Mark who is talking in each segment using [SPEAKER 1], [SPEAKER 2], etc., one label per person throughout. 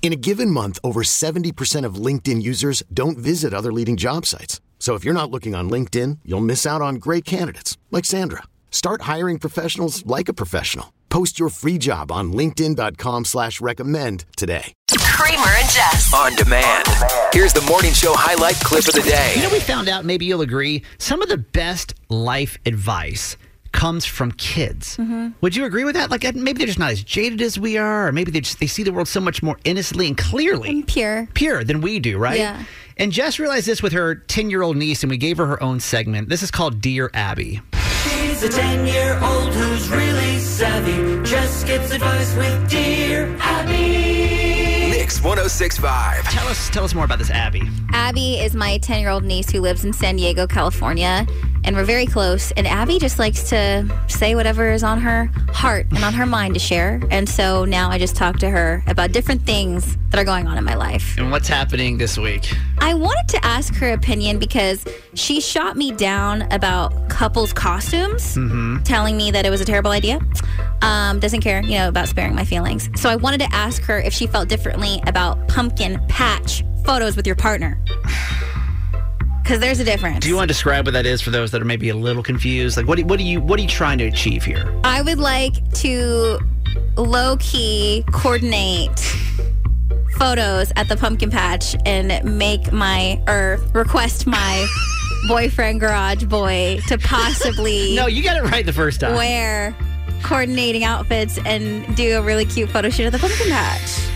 [SPEAKER 1] In a given month, over 70% of LinkedIn users don't visit other leading job sites. So if you're not looking on LinkedIn, you'll miss out on great candidates like Sandra. Start hiring professionals like a professional. Post your free job on LinkedIn.com slash recommend today.
[SPEAKER 2] Kramer and Jess.
[SPEAKER 3] On demand. Here's the morning show highlight clip of the
[SPEAKER 4] You
[SPEAKER 3] day.
[SPEAKER 4] know, we found out, maybe you'll agree, some of the best life advice comes from kids. Would you agree with that? Like, uh, maybe they're just not as jaded as we are, or maybe they just they see the world so much more innocently and clearly.
[SPEAKER 5] And pure.
[SPEAKER 4] Pure than we do, right?
[SPEAKER 5] Mm. Yeah.
[SPEAKER 4] And Jess realized this with her 10 year old niece, and we gave her her own segment. This is called Dear Abby.
[SPEAKER 6] She's a 10 year old who's really savvy. Just gets advice with Dear Abby.
[SPEAKER 3] Mix 1065.
[SPEAKER 4] Tell us, tell us more about this Abby.
[SPEAKER 5] Abby is my 10 year old niece who lives in San Diego, California, and we're very close. And Abby just likes to say whatever is on her heart and on her mind to share. And so now I just talk to her about different things that are going on in my life.
[SPEAKER 4] And what's happening this week?
[SPEAKER 5] I wanted to ask her opinion because she shot me down about couples' costumes,
[SPEAKER 4] Mm-hmm.
[SPEAKER 5] telling me that it was a terrible idea. Um, doesn't care, you know, about sparing my feelings. So I wanted to ask her if she felt differently about pumpkin patch photos with your partner. Because there's a difference.
[SPEAKER 4] Do you want to describe what that is for those that are maybe a little confused? Like, what do, what do you what are you trying to achieve here?
[SPEAKER 5] I would like to low key coordinate photos at the pumpkin patch and make my or request my boyfriend garage boy to possibly
[SPEAKER 4] No, you got it right the first time.
[SPEAKER 5] wear coordinating outfits and do a really cute photo shoot at the pumpkin patch.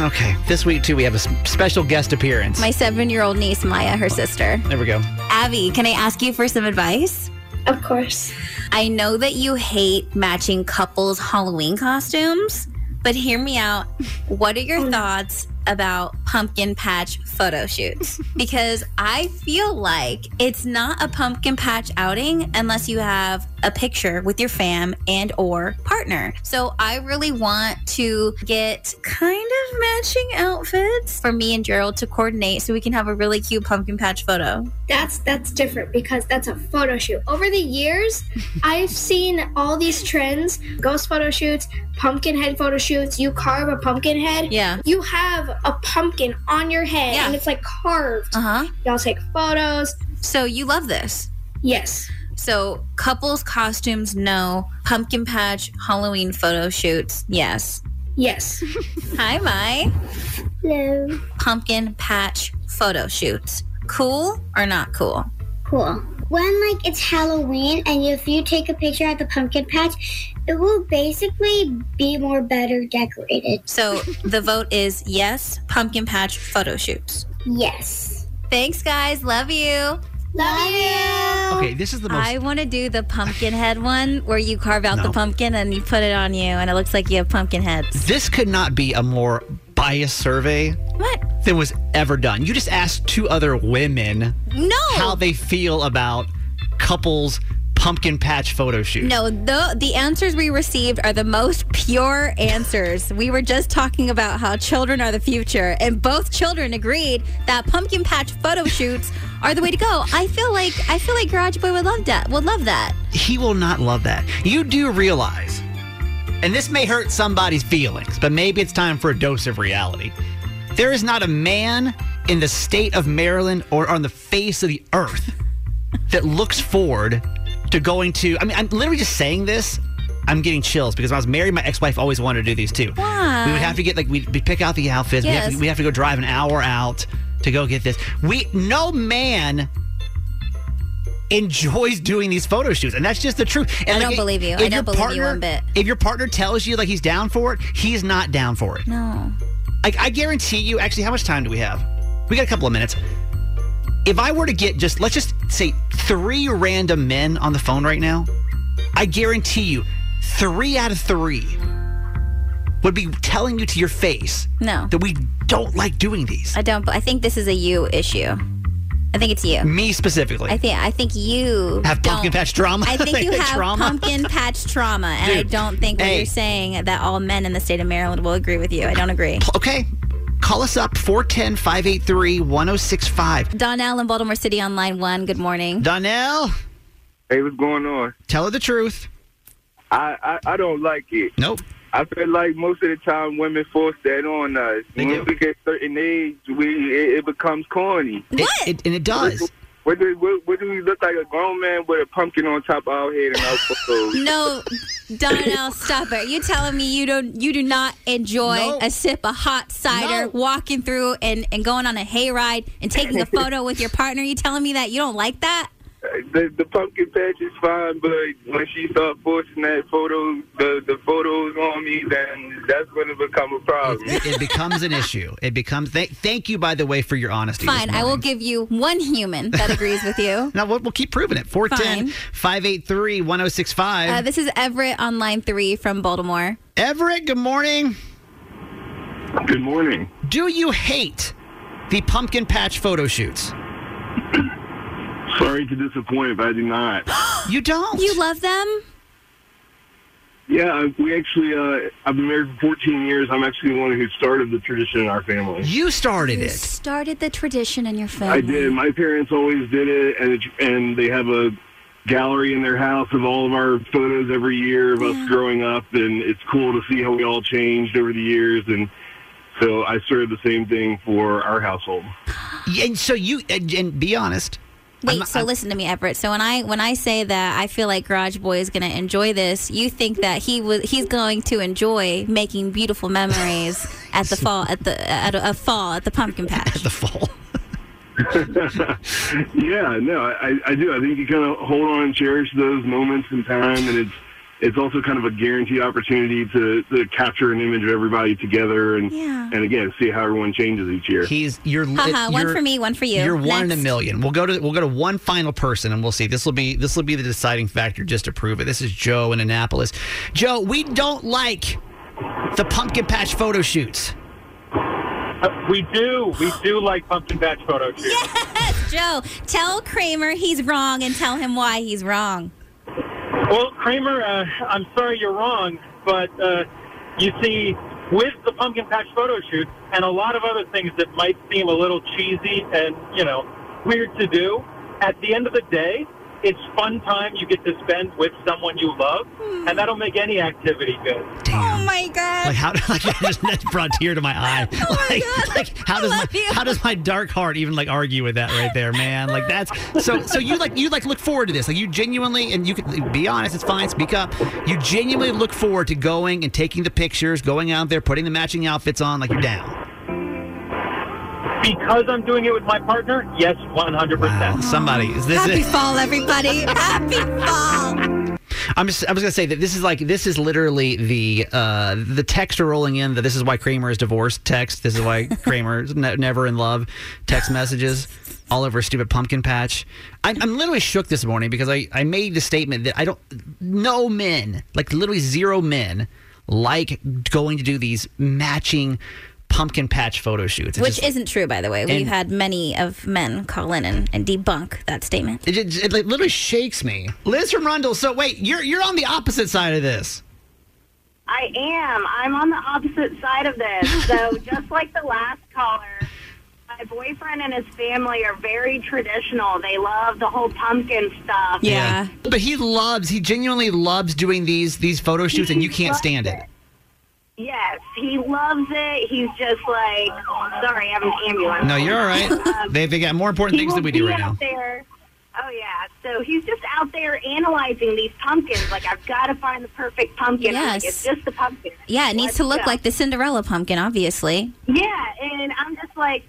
[SPEAKER 4] Okay. This week too, we have a s- special guest appearance.
[SPEAKER 5] My seven year old niece Maya, her sister.
[SPEAKER 4] there we go.
[SPEAKER 5] Abby, can I ask you for some advice?
[SPEAKER 7] Of course.
[SPEAKER 5] I know that you hate matching couples' Halloween costumes, but hear me out. What are your thoughts about pumpkin patch photo shoots? Because I feel like it's not a pumpkin patch outing unless you have a picture with your fam and or partner. So I really want to get kind of matching outfits for me and Gerald to coordinate so we can have a really cute pumpkin patch photo.
[SPEAKER 7] That's that's different because that's a photo shoot. Over the years, I've seen all these trends, ghost photo shoots, pumpkin head photo shoots, you carve a pumpkin head.
[SPEAKER 5] Yeah.
[SPEAKER 7] You have a pumpkin on your head
[SPEAKER 5] Yeah.
[SPEAKER 7] and it's like carved.
[SPEAKER 5] Uh-huh.
[SPEAKER 7] Y'all take photos.
[SPEAKER 5] So you love this.
[SPEAKER 7] Yes.
[SPEAKER 5] So couples costumes, no. Pumpkin patch, Halloween photo shoots, yes.
[SPEAKER 7] Yes.
[SPEAKER 5] Hi, Mai.
[SPEAKER 7] Hello.
[SPEAKER 5] Pumpkin patch photo shoots. Cool or not cool?
[SPEAKER 7] Cool.
[SPEAKER 8] when like it's Halloween and if you take a picture at the pumpkin patch, it will basically be more better decorated.
[SPEAKER 5] So the vote is yes, pumpkin patch photo shoots.
[SPEAKER 8] Yes.
[SPEAKER 5] Thanks, guys. Love you.
[SPEAKER 8] Love you.
[SPEAKER 4] Okay, this is the most.
[SPEAKER 5] Oh, I want to do the pumpkin head one where you carve out
[SPEAKER 4] No.
[SPEAKER 5] the pumpkin and you put it on you and it looks like you have pumpkin heads.
[SPEAKER 4] this could not be a more biased survey
[SPEAKER 5] What?
[SPEAKER 4] than was ever done. You just asked two other women
[SPEAKER 5] No.
[SPEAKER 4] how they feel about couples pumpkin patch photo shoot.
[SPEAKER 5] No, the the answers we received are the most pure answers. we were just talking about how children are the future, and both children agreed that pumpkin patch photo shoots are the way to go. I feel like I feel like Garage Boy would love that. Would love that.
[SPEAKER 4] He will not love that. You do realize, and this may hurt somebody's feelings, but maybe it's time for a dose of reality. There is not a man in the state of Maryland or on the face of the earth that looks forward to going to. I mean, I'm literally just saying this. I'm getting chills because when I was married, my ex-wife always wanted to do these too.
[SPEAKER 5] Why?
[SPEAKER 4] We would have to get like we'd we'd pick out the outfits. We have
[SPEAKER 5] Yes.
[SPEAKER 4] to, we have to go drive an hour out to go get this. We no man enjoys doing these photo shoots, and that's just the truth. And
[SPEAKER 5] I don't believe you.
[SPEAKER 4] if
[SPEAKER 5] I
[SPEAKER 4] your
[SPEAKER 5] don't believe you one bit.
[SPEAKER 4] If your partner tells you like he's down for it, he's not down for it.
[SPEAKER 5] No.
[SPEAKER 4] Like I guarantee you. Actually, how much time do we have? We got a couple of minutes. If I were to get just let's just say three random men on the phone right now, I guarantee you, three out of three would be telling you to your face
[SPEAKER 5] No.
[SPEAKER 4] that we don't like doing these.
[SPEAKER 5] I don't. I think this is a you issue. I think it's you.
[SPEAKER 4] Me specifically.
[SPEAKER 5] I think. I think you
[SPEAKER 4] Mm. Have
[SPEAKER 5] don't.
[SPEAKER 4] pumpkin patch trauma?
[SPEAKER 5] I think you have
[SPEAKER 4] Trauma?
[SPEAKER 5] pumpkin patch trauma, and I
[SPEAKER 4] Dude,
[SPEAKER 5] don't think what
[SPEAKER 4] hey.
[SPEAKER 5] you're saying that all men in the state of Maryland will agree with you. I don't agree.
[SPEAKER 4] okay. Call us up 410 583 1065.
[SPEAKER 5] Donnell in Baltimore City on line one. Good morning.
[SPEAKER 4] Donnell,
[SPEAKER 2] Hey, what's going on?
[SPEAKER 4] tell her the truth.
[SPEAKER 2] I, I, I don't like it.
[SPEAKER 4] Nope.
[SPEAKER 2] I feel like most of the time women force that on us.
[SPEAKER 4] They do.
[SPEAKER 2] when we get certain age, we it, it becomes corny.
[SPEAKER 4] What? It, it- and it does.
[SPEAKER 2] What do, what, what do we look like a grown man with a pumpkin on top of our head and our photos?
[SPEAKER 5] No, Donnell, stop it. You telling me you don't you do not enjoy
[SPEAKER 4] No.
[SPEAKER 5] a sip of hot cider,
[SPEAKER 4] No.
[SPEAKER 5] walking through and, and going on a hayride and taking a photo with your partner? You telling me that you don't like that?
[SPEAKER 2] Uh, the, the pumpkin patch is fine, but when she start forcing that photo, the, the photos on me, then that's going to become a problem.
[SPEAKER 4] It, it becomes an issue. It becomes. Th- thank you, by the way, for your honesty. this
[SPEAKER 5] Fine, I will
[SPEAKER 4] morning.
[SPEAKER 5] give you one human that agrees with you.
[SPEAKER 4] No, we'll, we'll keep proving it. 410
[SPEAKER 5] Fine.
[SPEAKER 4] 583 1065.
[SPEAKER 5] Uh, this is Everett on line three from Baltimore.
[SPEAKER 4] Everett, good morning.
[SPEAKER 2] Good morning.
[SPEAKER 4] Do you hate the pumpkin patch photo shoots?
[SPEAKER 2] Sorry to disappoint, but I do not.
[SPEAKER 4] You don't.
[SPEAKER 5] You love them?
[SPEAKER 2] Yeah, we actually, uh, I've been married for 14 years. I'm actually the one who started the tradition in our family.
[SPEAKER 4] You started
[SPEAKER 5] You
[SPEAKER 4] it.
[SPEAKER 5] started the tradition in your family.
[SPEAKER 2] I did. My parents always did it, and it, and they have a gallery in their house of all of our photos every year of us growing up, and it's cool to see how we all changed over the years. And so I started the same thing for our household.
[SPEAKER 4] And so you, and, and be honest.
[SPEAKER 5] Wait,
[SPEAKER 4] I'm-
[SPEAKER 5] so
[SPEAKER 4] I'm-
[SPEAKER 5] listen to me, Everett. So when I when I say that I feel like Garage Boy is going to enjoy this, you think that he was he's going to enjoy making beautiful memories at the fall at the at a, a fall at the pumpkin patch.
[SPEAKER 4] The fall.
[SPEAKER 2] Yeah, no, I, I do. I think you kind of hold on and cherish those moments in time, and it's it's also kind of a guaranteed opportunity to, to capture an image of everybody together, and
[SPEAKER 5] Yeah.
[SPEAKER 2] and again see how everyone changes each year.
[SPEAKER 4] He's you're,
[SPEAKER 5] Haha, one
[SPEAKER 4] you're-
[SPEAKER 5] for me, one for you.
[SPEAKER 4] You're one in a
[SPEAKER 5] Next.
[SPEAKER 4] million. We'll go to we'll go to one final person, and we'll see. This will be this will be the deciding factor just to prove it. This is Joe in Annapolis. Joe, we don't like the pumpkin patch photo shoots.
[SPEAKER 2] Uh, we do, we do like pumpkin patch photo shoots.
[SPEAKER 5] Yes, Joe, tell Kramer he's wrong and tell him why he's wrong.
[SPEAKER 2] Well, Kramer, uh, I'm sorry you're wrong, but uh, you see, with the pumpkin patch photo shoot and a lot of other things that might seem a little cheesy and you know weird to do, at the end of the day, it's fun time you get to spend with someone you love, and that'll make any activity good.
[SPEAKER 5] Oh my
[SPEAKER 4] Like
[SPEAKER 5] god.
[SPEAKER 4] how like I just that brought tear to my eye.
[SPEAKER 5] Oh my
[SPEAKER 4] like,
[SPEAKER 5] God.
[SPEAKER 4] like how
[SPEAKER 5] I
[SPEAKER 4] does
[SPEAKER 5] love
[SPEAKER 4] my,
[SPEAKER 5] you.
[SPEAKER 4] how does my dark heart even like argue with that right there, man? Like that's so so you like you like look forward to this. Like you genuinely and you can be honest, it's fine, speak up. You genuinely look forward to going and taking the pictures, going out there, putting the matching outfits on, like you're down.
[SPEAKER 2] Because I'm doing it with my partner, yes, 100.
[SPEAKER 4] Wow.
[SPEAKER 2] percent
[SPEAKER 4] Somebody is this
[SPEAKER 5] Happy
[SPEAKER 4] is,
[SPEAKER 5] fall everybody. Happy fall.
[SPEAKER 4] I'm just I was gonna say that this is like this is literally the uh the text are rolling in that this is why Kramer is divorced text. This is why Kramer is ne- never in love text messages all over a stupid pumpkin patch. I'm, I'm literally shook this morning because I I made the statement that I don't no men like literally zero men like going to do these matching pumpkin patch photo shoots. It's
[SPEAKER 5] Which
[SPEAKER 4] just-
[SPEAKER 5] isn't true, by the way. We've
[SPEAKER 4] And-
[SPEAKER 5] had many of men call in and, and debunk that statement.
[SPEAKER 4] it, it, it like, literally shakes me. Liz from Rundle. So wait, you're you're on the opposite side of this.
[SPEAKER 2] I am. I'm on the opposite side of this. So just like the last caller, my boyfriend and his family are very traditional. They love the whole pumpkin stuff.
[SPEAKER 5] Yeah.
[SPEAKER 4] But he loves, he genuinely loves doing these these photo shoots and you can't
[SPEAKER 2] loves
[SPEAKER 4] stand it.
[SPEAKER 2] Yes, he loves it. He's just like, sorry, I'm an ambulance.
[SPEAKER 4] No, you're all
[SPEAKER 5] Um,
[SPEAKER 4] right. They they got more important
[SPEAKER 2] He
[SPEAKER 4] things
[SPEAKER 2] will
[SPEAKER 4] that we do
[SPEAKER 2] be
[SPEAKER 4] right
[SPEAKER 2] out
[SPEAKER 4] now.
[SPEAKER 2] There. Oh yeah. So he's just out there analyzing these pumpkins. Like I've got to find the perfect pumpkin. I'm like,
[SPEAKER 5] Yes.
[SPEAKER 2] it's just the pumpkin.
[SPEAKER 5] Yeah, it needs to
[SPEAKER 2] Let's
[SPEAKER 5] look
[SPEAKER 2] go.
[SPEAKER 5] like the Cinderella pumpkin, obviously.
[SPEAKER 2] Yeah, and I'm just like,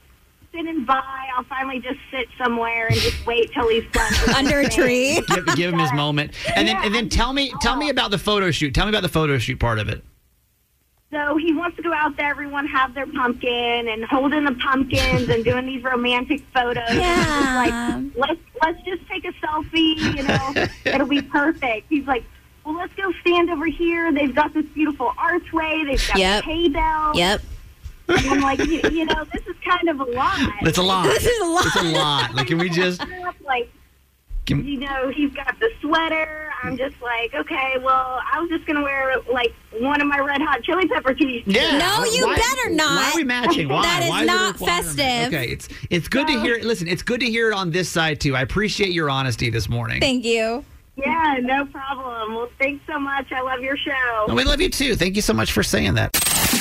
[SPEAKER 2] sit and buy. I'll finally just sit somewhere and just wait till he's done.
[SPEAKER 5] Under a tree.
[SPEAKER 4] give, give him his moment, and then and then tell me tell me about the photo shoot. Tell me about the photo shoot part of it.
[SPEAKER 2] So he wants to go out there, everyone have their pumpkin and holding the pumpkins and doing these romantic photos. Yeah. Like, let's let's just take a selfie, you know, it'll be perfect. He's like, Well let's go stand over here. They've got this beautiful archway, they've got
[SPEAKER 5] Yep.
[SPEAKER 2] hay bells.
[SPEAKER 5] Yep.
[SPEAKER 2] And I'm like, you, you know, this is kind of a lot.
[SPEAKER 4] That's a lot.
[SPEAKER 2] This is a lot.
[SPEAKER 4] It's a lot. Like, can we just?
[SPEAKER 2] Like,
[SPEAKER 4] Can-
[SPEAKER 2] you know, he's got the sweater. I'm just like, okay, well, I was just gonna wear like one of my Red Hot Chili Pepper tees.
[SPEAKER 4] Yeah.
[SPEAKER 5] No, you
[SPEAKER 4] Why-
[SPEAKER 5] better not.
[SPEAKER 4] Why are we matching? Why?
[SPEAKER 5] That is
[SPEAKER 4] Why it a
[SPEAKER 5] not
[SPEAKER 4] requirement?
[SPEAKER 5] festive.
[SPEAKER 4] Okay, it's it's good to hear. it. Listen, it's good to hear it on this side too. I appreciate your honesty this morning.
[SPEAKER 5] Thank you.
[SPEAKER 2] Yeah, no problem. Well, thanks so much. I love your show.
[SPEAKER 4] And we love you too. Thank you so much for saying that.